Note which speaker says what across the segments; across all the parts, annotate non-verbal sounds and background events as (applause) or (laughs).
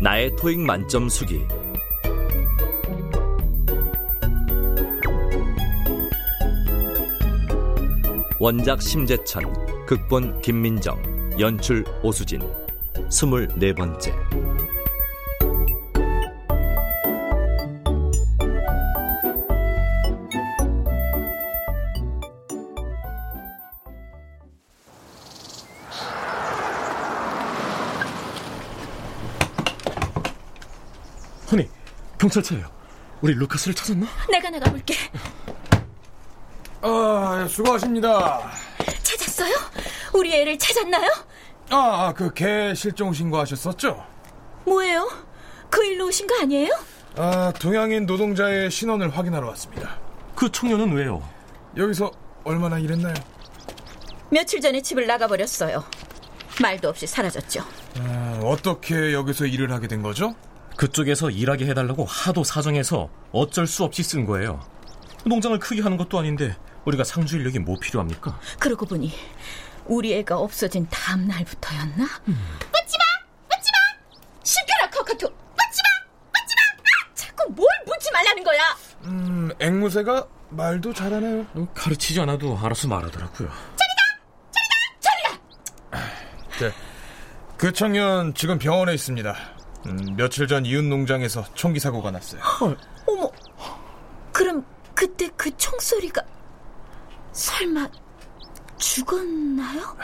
Speaker 1: 나의 토익 만점 수기 원작 심재천, 극본 김민정, 연출 오수진. 스물네 번째.
Speaker 2: 허니, 경찰차예요. 우리 루카스를 찾았나?
Speaker 3: 내가 나가볼게.
Speaker 4: 아, 수고하십니다.
Speaker 3: 찾았어요? 우리 애를 찾았나요?
Speaker 4: 아, 그 개 실종 신고하셨었죠?
Speaker 3: 뭐예요? 그 일로 오신 거 아니에요?
Speaker 4: 아, 동양인 노동자의 신원을 확인하러 왔습니다.
Speaker 2: 그 청년은 왜요?
Speaker 4: 여기서 얼마나 일했나요?
Speaker 3: 며칠 전에 집을 나가버렸어요. 말도 없이 사라졌죠.
Speaker 4: 아, 어떻게 여기서 일을 하게 된 거죠?
Speaker 2: 그쪽에서 일하게 해달라고 하도 사정해서 어쩔 수 없이 쓴 거예요. 농장을 크게 하는 것도 아닌데 우리가 상주 인력이 뭐 필요합니까?
Speaker 3: 그러고 보니 우리 애가 없어진 다음 날부터였나? 묻지마! 묻지마! 시끄러 커커토! 묻지마! 묻지마! 아! 자꾸 뭘 묻지 말라는 거야!
Speaker 4: 음, 앵무새가 말도 잘하네요.
Speaker 2: 음, 가르치지 않아도 알아서 말하더라고요.
Speaker 3: 저리가!
Speaker 4: 네. 그 청년 지금 병원에 있습니다. 음, 며칠 전 이웃 농장에서 총기 사고가 났어요.
Speaker 3: 어머! 그럼 그때 그 총소리가 설마 죽었나요?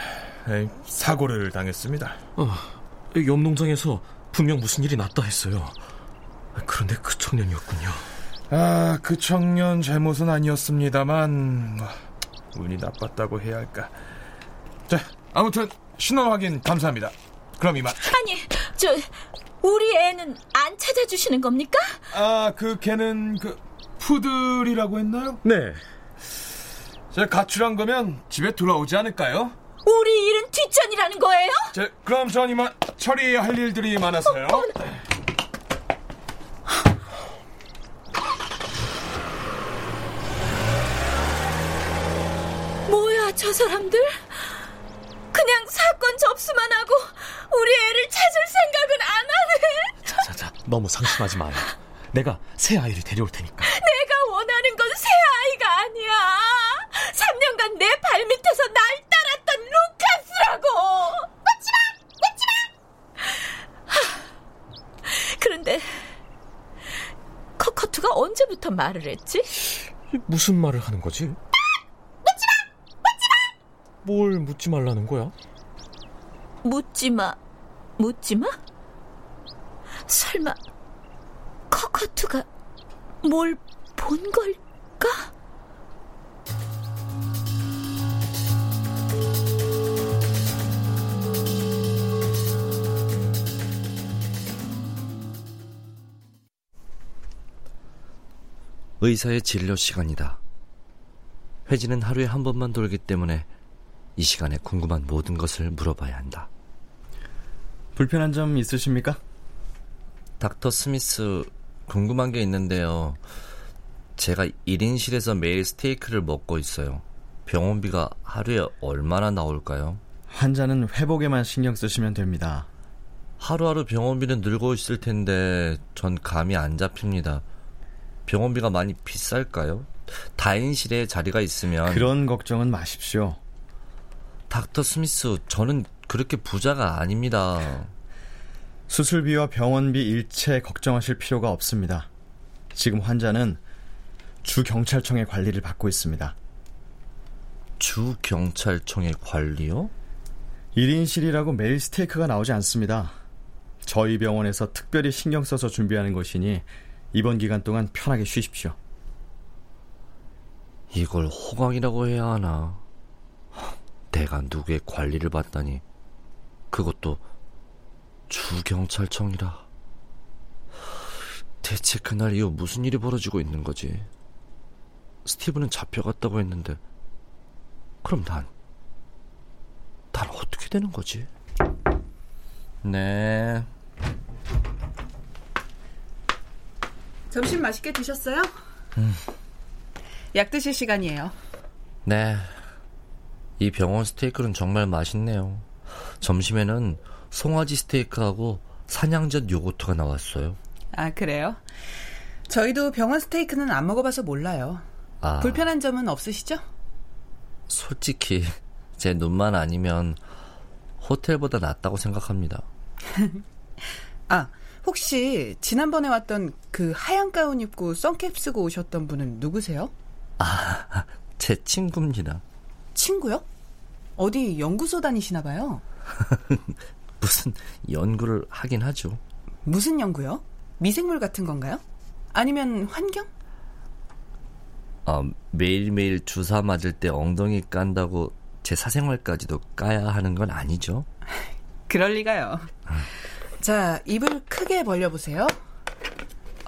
Speaker 4: 에이, 사고를 당했습니다.
Speaker 2: 옆 농장에서 어, 분명 무슨 일이 났다 했어요. 그런데 그 청년이었군요.
Speaker 4: 아, 그 청년 잘못은 아니었습니다만 운이 나빴다고 해야 할까. 자, 아무튼 신원 확인 감사합니다. 그럼 이만.
Speaker 3: 아니, 저 우리 애는 안 찾아주시는 겁니까?
Speaker 4: 아, 그 개는 그 푸들이라고 했나요?
Speaker 2: 네,
Speaker 4: 제가 가출한 거면 집에 돌아오지 않을까요?
Speaker 3: 우리 일은 뒷전이라는 거예요?
Speaker 4: 제, 그럼 전 이만 처리할 일들이 많아서요.
Speaker 3: 뭐야 저 사람들? 그냥 사건 접수만 하고 우리 애를 찾을 생각은 안 하네.
Speaker 2: 자자자, 너무 상심하지 마요. 내가 새 아이를 데려올 테니까.
Speaker 3: 내가 원하는 건 새 아이가 아니야. 3년간 내 발밑에서 날 따랐던 루카스라고. 묻지마, 묻지마. 그런데 커커투가 언제부터 말을 했지?
Speaker 2: 무슨 말을 하는 거지? 묻지 마! 묻지 마! 뭘 묻지 말라는 거야?
Speaker 3: 묻지마, 묻지마? 설마 커커투가 뭘 본 걸까?
Speaker 1: 의사의 진료 시간이다. 회진은 하루에 한 번만 돌기 때문에 이 시간에 궁금한 모든 것을 물어봐야 한다.
Speaker 5: 불편한 점 있으십니까?
Speaker 1: 닥터 스미스 궁금한 게 있는데요. 제가 1인실에서 매일 스테이크를 먹고 있어요. 병원비가 하루에 얼마나 나올까요?
Speaker 5: 환자는 회복에만 신경 쓰시면 됩니다.
Speaker 1: 하루하루 병원비는 늘고 있을 텐데 전 감이 안 잡힙니다. 병원비가 많이 비쌀까요? 다인실에 자리가 있으면
Speaker 5: 그런 걱정은 마십시오.
Speaker 1: 닥터 스미스 저는 그렇게 부자가 아닙니다.
Speaker 5: 수술비와 병원비 일체 걱정하실 필요가 없습니다. 지금 환자는 주 경찰청의 관리를 받고 있습니다.
Speaker 1: 주 경찰청의 관리요?
Speaker 5: 1인실이라고 매일 스테이크가 나오지 않습니다. 저희 병원에서 특별히 신경 써서 준비하는 것이니 이번 기간 동안 편하게 쉬십시오.
Speaker 1: 이걸 호강이라고 해야 하나? 내가 누구의 관리를 받다니 그것도 주경찰청이라 대체 그날 이후 무슨 일이 벌어지고 있는 거지? 스티브는 잡혀갔다고 했는데 그럼 난, 난 어떻게 되는 거지? 네,
Speaker 6: 점심 맛있게 드셨어요?
Speaker 1: 음.
Speaker 6: 약 드실 시간이에요.
Speaker 1: 네. 이 병원 스테이크는 정말 맛있네요. 점심에는 송아지 스테이크하고 산양젓 요거트가 나왔어요.
Speaker 6: 아, 그래요? 저희도 병원 스테이크는 안 먹어봐서 몰라요.
Speaker 1: 아,
Speaker 6: 불편한 점은 없으시죠?
Speaker 1: 솔직히 제 눈만 아니면 호텔보다 낫다고 생각합니다.
Speaker 6: 아, 혹시 지난번에 왔던 그 하얀 가운 입고 선캡 쓰고 오셨던 분은 누구세요?
Speaker 1: 제 친구입니다.
Speaker 6: 친구요? 어디 연구소 다니시나 봐요.
Speaker 1: 무슨 연구를 하긴 하죠.
Speaker 6: 무슨 연구요? 미생물 같은 건가요? 아니면 환경?
Speaker 1: 아, 매일매일 주사 맞을 때 엉덩이 깐다고 제 사생활까지도 까야 하는 건 아니죠.
Speaker 6: 그럴 리가요. 자, 입을 크게 벌려보세요.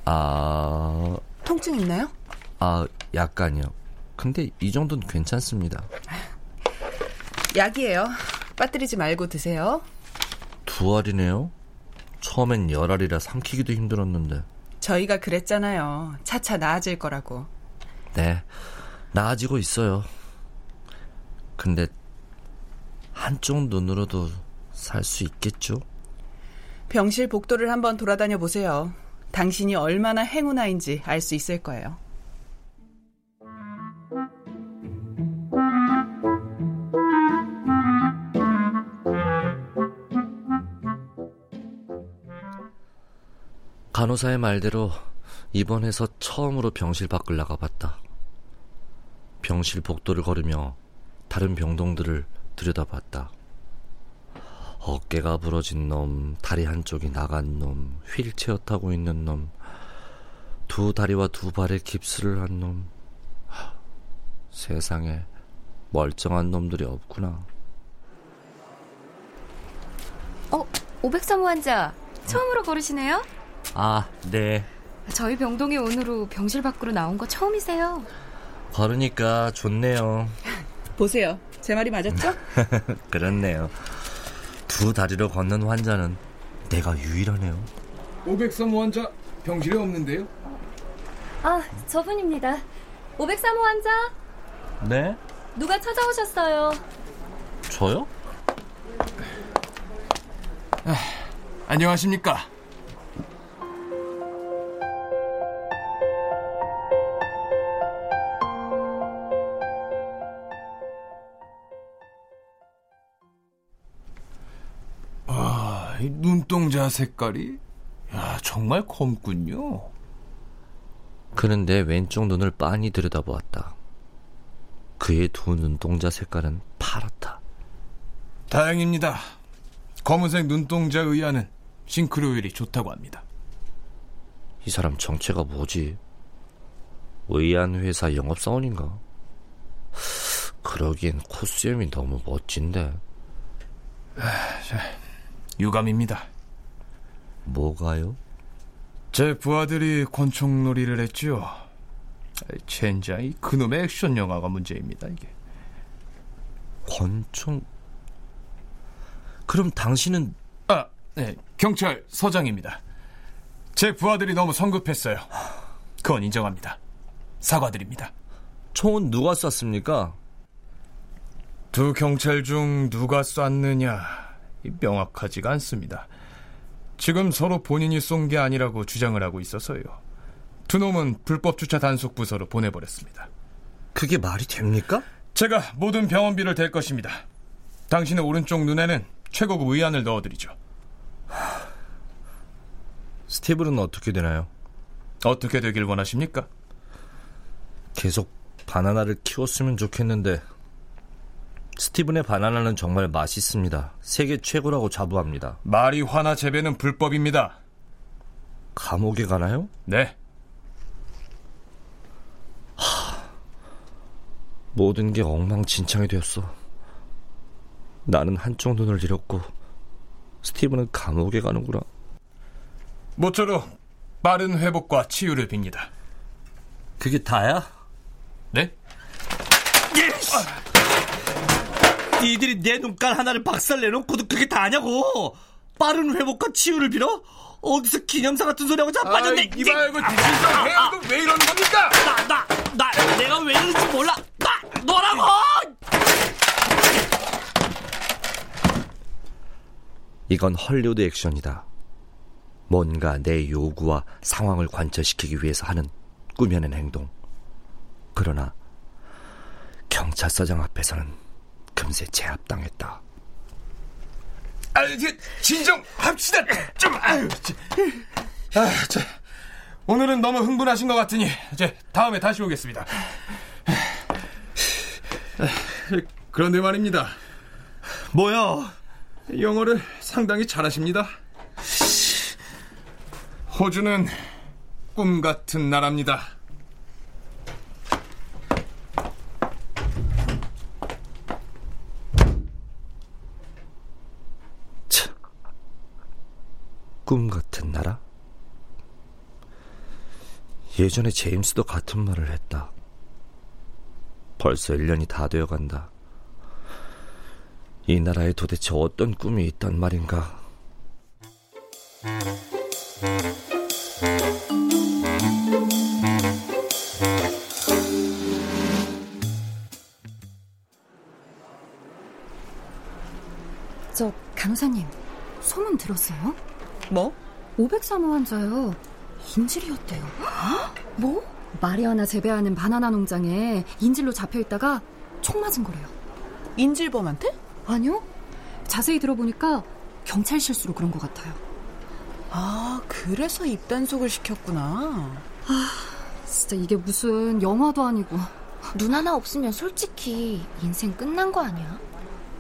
Speaker 1: 아,
Speaker 6: 통증 있나요?
Speaker 1: 아, 약간요. 근데 이 정도는 괜찮습니다.
Speaker 6: 약이에요. 빠뜨리지 말고 드세요.
Speaker 1: 두 알이네요? 처음엔 열 알이라 삼키기도 힘들었는데.
Speaker 6: 저희가 그랬잖아요. 차차 나아질 거라고.
Speaker 1: 네, 나아지고 있어요. 근데, 한쪽 눈으로도 살 수 있겠죠?
Speaker 6: 병실 복도를 한번 돌아다녀 보세요. 당신이 얼마나 행운아인지 알 수 있을 거예요.
Speaker 1: 간호사의 말대로 입원해서 처음으로 병실 밖을 나가봤다. 병실 복도를 걸으며 다른 병동들을 들여다봤다. 어깨가 부러진 놈, 다리 한쪽이 나간 놈, 휠체어 타고 있는 놈, 두 다리와 두 발에 깁스를 한 놈. 하, 세상에 멀쩡한 놈들이 없구나.
Speaker 7: 어, 503호 환자 처음으로 걸으시네요?
Speaker 1: 아, 네.
Speaker 7: 저희 병동에 오늘로 병실 밖으로 나온 거 처음이세요?
Speaker 1: 걸으니까 좋네요.
Speaker 6: 보세요. 제 말이 맞았죠?
Speaker 1: 그렇네요. 두 다리로 걷는 환자는 내가 유일하네요.
Speaker 4: 503호 환자 병실에 없는데요?
Speaker 7: 아, 저분입니다. 503호 환자,
Speaker 1: 네?
Speaker 7: 누가 찾아오셨어요?
Speaker 1: 저요?
Speaker 4: 안녕하십니까? 아, 이 눈동자 색깔이 야, 정말 검군요.
Speaker 1: 그는 내 왼쪽 눈을 빤히 들여다보았다. 그의 두 눈동자 색깔은 파랗다.
Speaker 4: 다행입니다. 검은색 눈동자 의아는 싱크로율이 좋다고 합니다.
Speaker 1: 이 사람 정체가 뭐지? 의안 회사 영업사원인가? 그러기엔 코스염이 너무 멋진데.
Speaker 4: 유감입니다.
Speaker 1: 뭐가요?
Speaker 4: 제 부하들이 권총놀이를 했지요. 젠장 이 그놈의 액션 영화가 문제입니다 이게.
Speaker 1: 권총. 그럼 당신은
Speaker 4: 아, 네, 경찰 서장입니다. 제 부하들이 너무 성급했어요. 그건 인정합니다. 사과드립니다.
Speaker 1: 총은 누가 쐈습니까?
Speaker 4: 두 경찰 중 누가 쐈느냐 이 명확하지가 않습니다. 지금 서로 본인이 쏜 게 아니라고 주장을 하고 있어서요. 두 놈은 불법 주차 단속 부서로 보내버렸습니다.
Speaker 1: 그게 말이 됩니까?
Speaker 4: 제가 모든 병원비를 댈 것입니다. 당신의 오른쪽 눈에는 최고급 의안을 넣어드리죠.
Speaker 1: 스티브는 어떻게 되나요?
Speaker 4: 어떻게 되길 원하십니까?
Speaker 1: 계속 바나나를 키웠으면 좋겠는데 스티븐의 바나나는 정말 맛있습니다. 세계 최고라고 자부합니다.
Speaker 4: 마리화나 재배는 불법입니다.
Speaker 1: 감옥에 가나요?
Speaker 4: 네.
Speaker 1: 모든 게 엉망진창이 되었어. 나는 한쪽 눈을 잃었고 스티븐은 감옥에 가는구나.
Speaker 4: 모쪼록 빠른 회복과 치유를 빕니다.
Speaker 1: 그게 다야?
Speaker 4: 네?
Speaker 8: 니들이 내 눈깔 하나를 박살 내놓고도 그게 다냐고 빠른 회복과 치유를 빌어? 어디서 기념사 같은 소리하고 자빠졌네 아,
Speaker 9: 이 말고 진짜 왜, 이거 왜 이러는 겁니까?
Speaker 8: 나, 나, 나 내가 왜 이러는지 몰라 나, 너라고!
Speaker 1: 이건 헐리우드 액션이다. 뭔가 내 요구와 상황을 관철시키기 위해서 하는 꾸며낸 행동. 그러나 경찰서장 앞에서는 금세 제압당했다.
Speaker 9: 아, 이제 진정합시다. 좀 아유.
Speaker 10: 아, 자, 오늘은 너무 흥분하신 것 같으니 이제 다음에 다시 오겠습니다. 그런데 말입니다. 뭐야? 영어를 상당히 잘하십니다. 호주는 꿈 같은 나라입니다.
Speaker 1: 꿈 같은 나라? 예전에 제임스도 같은 말을 했다. 벌써 1년이 다 되어 간다. 이 나라에 도대체 어떤 꿈이 있단 말인가?
Speaker 7: 저 간호사님 소문 들었어요?
Speaker 11: 뭐?
Speaker 7: 503호 환자요. 인질이었대요. 뭐? 마리아나 재배하는 바나나 농장에 인질로 잡혀있다가 총 맞은 거래요.
Speaker 11: 인질범한테?
Speaker 7: 아니요. 자세히 들어보니까 경찰 실수로 그런 것 같아요.
Speaker 11: 아, 그래서 입단속을 시켰구나.
Speaker 7: 아, 진짜 이게 무슨 영화도 아니고. 눈 하나 없으면 솔직히 인생 끝난 거 아니야?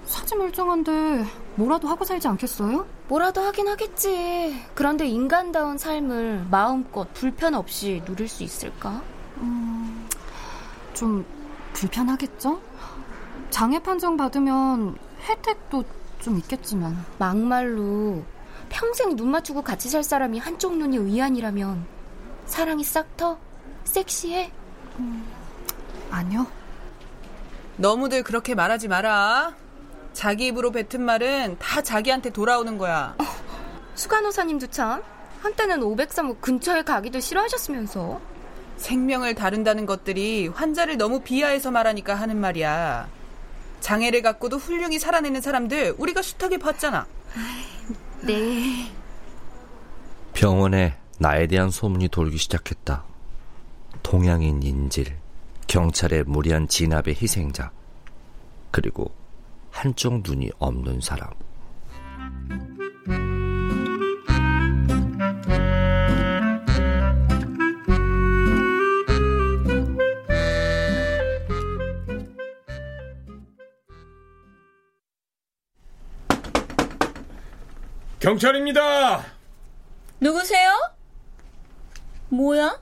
Speaker 7: 사지 멀쩡한데 뭐라도 하고 살지 않겠어요?
Speaker 12: 뭐라도 하긴 하겠지. 그런데 인간다운 삶을 마음껏 불편 없이 누릴 수 있을까?
Speaker 7: 음, 좀 불편하겠죠? 장애 판정 받으면 혜택도 좀 있겠지만.
Speaker 12: 막말로 평생 눈 맞추고 같이 살 사람이 한쪽 눈이 의안이라면 사랑이 싹 터? 섹시해?
Speaker 7: 음, 아니요.
Speaker 11: 너무들 그렇게 말하지 마라. 자기 입으로 뱉은 말은 다 자기한테 돌아오는
Speaker 3: 어,
Speaker 11: 거야.
Speaker 12: 수간호사님도 참 한때는 503호 근처에 가기도 싫어하셨으면서
Speaker 11: 생명을 다룬다는 것들이 환자를 너무 비하해서 말하니까 하는 말이야. 장애를 갖고도 훌륭히 살아내는 사람들 우리가 숱하게 봤잖아.
Speaker 12: 네.
Speaker 1: 병원에 나에 대한 소문이 돌기 시작했다. 동양인 인질, 경찰의 무리한 진압의 희생자, 그리고 한쪽 눈이 없는 사람.
Speaker 10: 경찰입니다.
Speaker 3: 누구세요? 뭐야?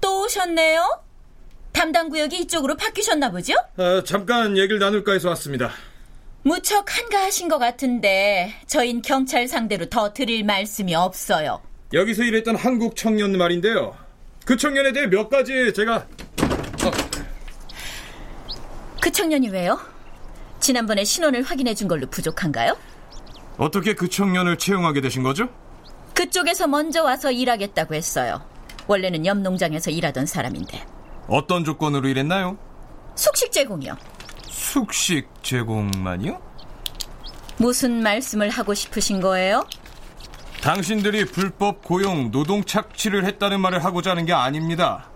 Speaker 3: 또 오셨네요? 담당 구역이 이쪽으로 바뀌셨나 보죠?
Speaker 10: 아, 잠깐 얘기를 나눌까 해서 왔습니다.
Speaker 3: 무척 한가하신 것 같은데 저흰 경찰 상대로 더 드릴 말씀이 없어요.
Speaker 10: 여기서 일했던 한국 청년 말인데요. 그 청년에 대해 몇 가지 제가
Speaker 3: 그 청년이 왜요? 지난번에 신원을 확인해 준 걸로 부족한가요?
Speaker 4: 어떻게 그 청년을 채용하게 되신 거죠?
Speaker 3: 그쪽에서 먼저 와서 일하겠다고 했어요. 원래는 옆 농장에서 일하던 사람인데
Speaker 4: 어떤 조건으로 일했나요?
Speaker 3: 숙식 제공이요.
Speaker 4: 숙식 제공만이요?
Speaker 3: 무슨 말씀을 하고 싶으신 거예요?
Speaker 4: 당신들이 불법 고용 노동 착취를 했다는 말을 하고자 하는 게 아닙니다.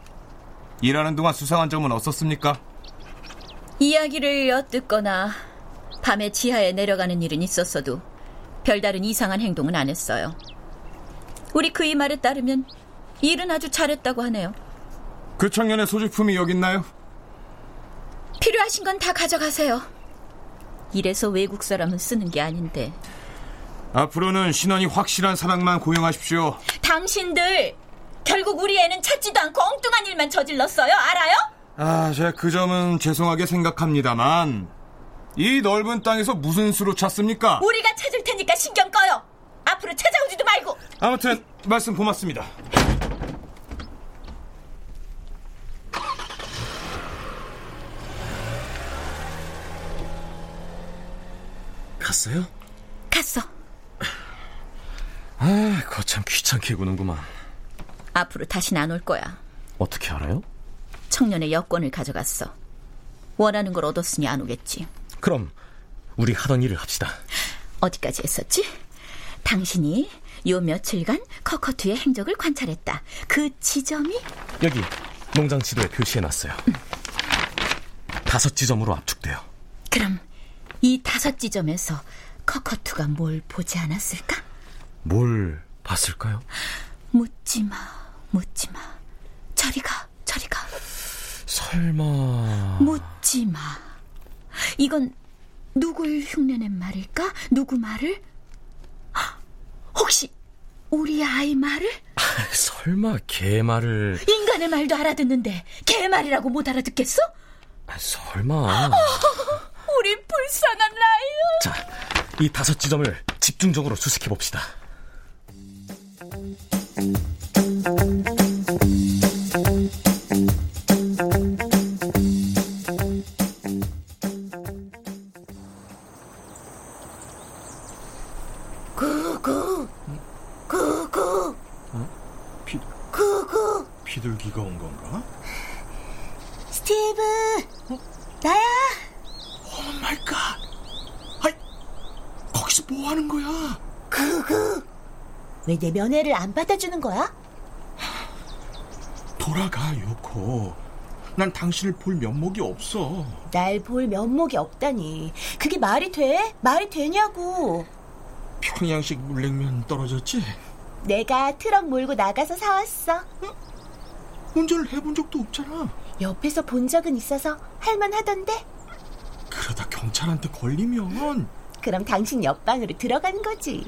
Speaker 4: 일하는 동안 수상한 점은 없었습니까?
Speaker 3: 이야기를 엿듣거나 밤에 지하에 내려가는 일은 있었어도 별다른 이상한 행동은 안 했어요. 우리 그이 말에 따르면 일은 아주 잘했다고 하네요.
Speaker 4: 그 청년의 소지품이 여기 있나요?
Speaker 3: 필요하신 건 다 가져가세요. 이래서 외국 사람은 쓰는 게 아닌데
Speaker 4: 앞으로는 신원이 확실한 사람만 고용하십시오.
Speaker 3: 당신들 결국 우리 애는 찾지도 않고 엉뚱한 일만 저질렀어요. 알아요?
Speaker 4: 아, 제가 그 점은 죄송하게 생각합니다만 이 넓은 땅에서 무슨 수로 찾습니까?
Speaker 3: 우리가 찾을 테니까 신경 꺼요. 앞으로 찾아오지도 말고.
Speaker 4: 아무튼 말씀 고맙습니다.
Speaker 13: 갔어요?
Speaker 3: 갔어.
Speaker 13: 아, 거참 귀찮게 구는구만.
Speaker 3: 앞으로 다시 안 올 거야.
Speaker 13: 어떻게 알아요?
Speaker 3: 청년의 여권을 가져갔어. 원하는 걸 얻었으니 안 오겠지.
Speaker 13: 그럼 우리 하던 일을 합시다.
Speaker 3: 어디까지 했었지? 당신이 요 며칠간 커커투의 행적을 관찰했다. 그 지점이
Speaker 13: 여기 예, 농장 지도에 표시해놨어요. 다섯 지점으로 압축돼요.
Speaker 3: 그럼 이 다섯 지점에서 커커투가 뭘 보지 않았을까?
Speaker 13: 뭘 봤을까요?
Speaker 3: 묻지 마, 묻지 마. 저리 가, 저리 가.
Speaker 13: 설마
Speaker 3: 묻지 마. 이건 누굴 흉내낸 말일까? 누구 말을? 헉, 혹시 우리 아이 말을?
Speaker 13: 설마 개 말을
Speaker 3: 인간의 말도 알아듣는데 개 말이라고 못 알아듣겠어?
Speaker 13: 설마
Speaker 3: 어, 우리 불쌍한 라이언.
Speaker 13: 자, 이 다섯 지점을 집중적으로 수색해 봅시다.
Speaker 14: 구구 구구
Speaker 13: 비,
Speaker 14: 구구
Speaker 13: 비둘기가 온 건가?
Speaker 14: 스티브 나야
Speaker 13: 오 마이 갓 아이 거기서 뭐 하는 거야
Speaker 14: 구구 왜 내 면회를 안 받아주는 거야?
Speaker 15: 돌아가 요코. 난 당신을 볼 면목이 없어.
Speaker 14: 날 볼 면목이 없다니 그게 말이 돼? 말이 되냐고
Speaker 15: 평양식 물냉면 떨어졌지?
Speaker 14: 내가 트럭 몰고 나가서 사왔어 응?
Speaker 15: 운전을 해본 적도 없잖아
Speaker 14: 옆에서 본 적은 있어서 할만하던데
Speaker 15: 그러다 경찰한테 걸리면
Speaker 14: 그럼 당신 옆방으로 들어간 거지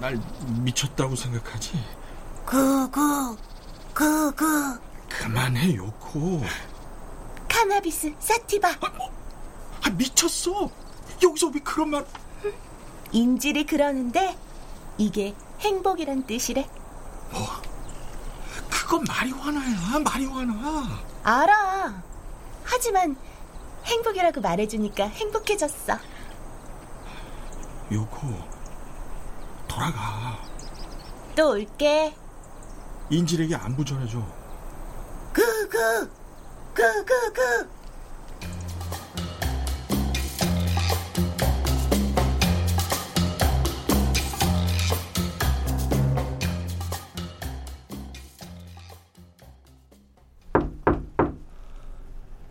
Speaker 15: 날 미쳤다고 생각하지?
Speaker 14: 구구 구구
Speaker 15: 그만해 요코.
Speaker 14: 카나비스 사티바
Speaker 15: 아 미쳤어. 여기서 왜 그런 말?
Speaker 14: 인질이 그러는데 이게 행복이란 뜻이래
Speaker 15: 그건 마리화나야 마리화나.
Speaker 14: 알아 하지만 행복이라고 말해주니까 행복해졌어
Speaker 15: 요코 돌아가.
Speaker 14: 또 올게
Speaker 15: 인질에게 안부 전해줘.
Speaker 14: 구구 구구구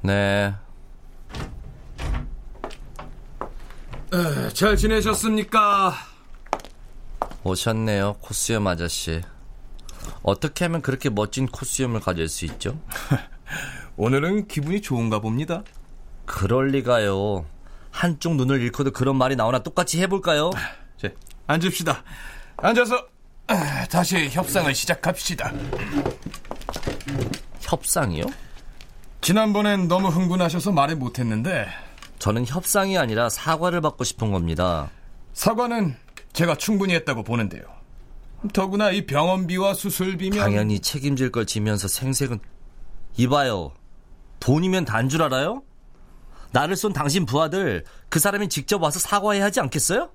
Speaker 1: 네.
Speaker 4: 에, 잘 지내셨습니까?
Speaker 1: 오셨네요, 코스염 아저씨. 어떻게 하면 그렇게 멋진 코스염을 가질 수 있죠?
Speaker 4: (laughs) 오늘은 기분이 좋은가 봅니다.
Speaker 1: 그럴 리가요. 한쪽 눈을 잃고도 그런 말이 나오나 똑같이 해볼까요?
Speaker 4: 자, 앉읍시다. 앉아서 아, 다시 협상을 시작합시다.
Speaker 1: 협상이요?
Speaker 4: 지난번엔 너무 흥분하셔서 말을 못했는데
Speaker 1: 저는 협상이 아니라 사과를 받고 싶은 겁니다.
Speaker 4: 사과는 제가 충분히 했다고 보는데요. 더구나 이 병원비와 수술비면
Speaker 1: 당연히 책임질 걸 지면서 생색은 이봐요.
Speaker 16: 돈이면 단 줄 알아요? 나를 쏜 당신 부하들 그 사람이 직접 와서 사과해야 하지 않겠어요?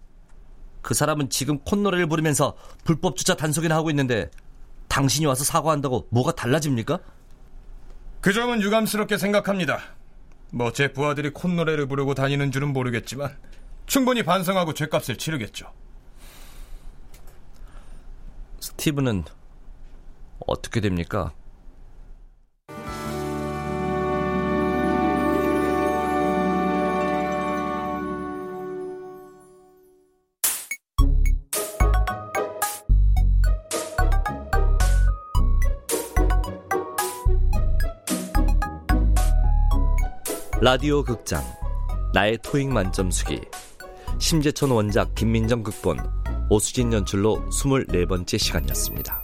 Speaker 16: 그 사람은 지금 콧노래를 부르면서 불법 주차 단속이나 하고 있는데 당신이 와서 사과한다고 뭐가 달라집니까?
Speaker 2: 그 점은 유감스럽게 생각합니다. 뭐 제 부하들이 콧노래를 부르고 다니는 줄은 모르겠지만 충분히 반성하고 죄값을 치르겠죠.
Speaker 1: 스티브는 어떻게 됩니까? 라디오 극장 나의 토익 만점 수기 심재천 원작 김민정 극본 오수진 연출로 24번째 시간이었습니다.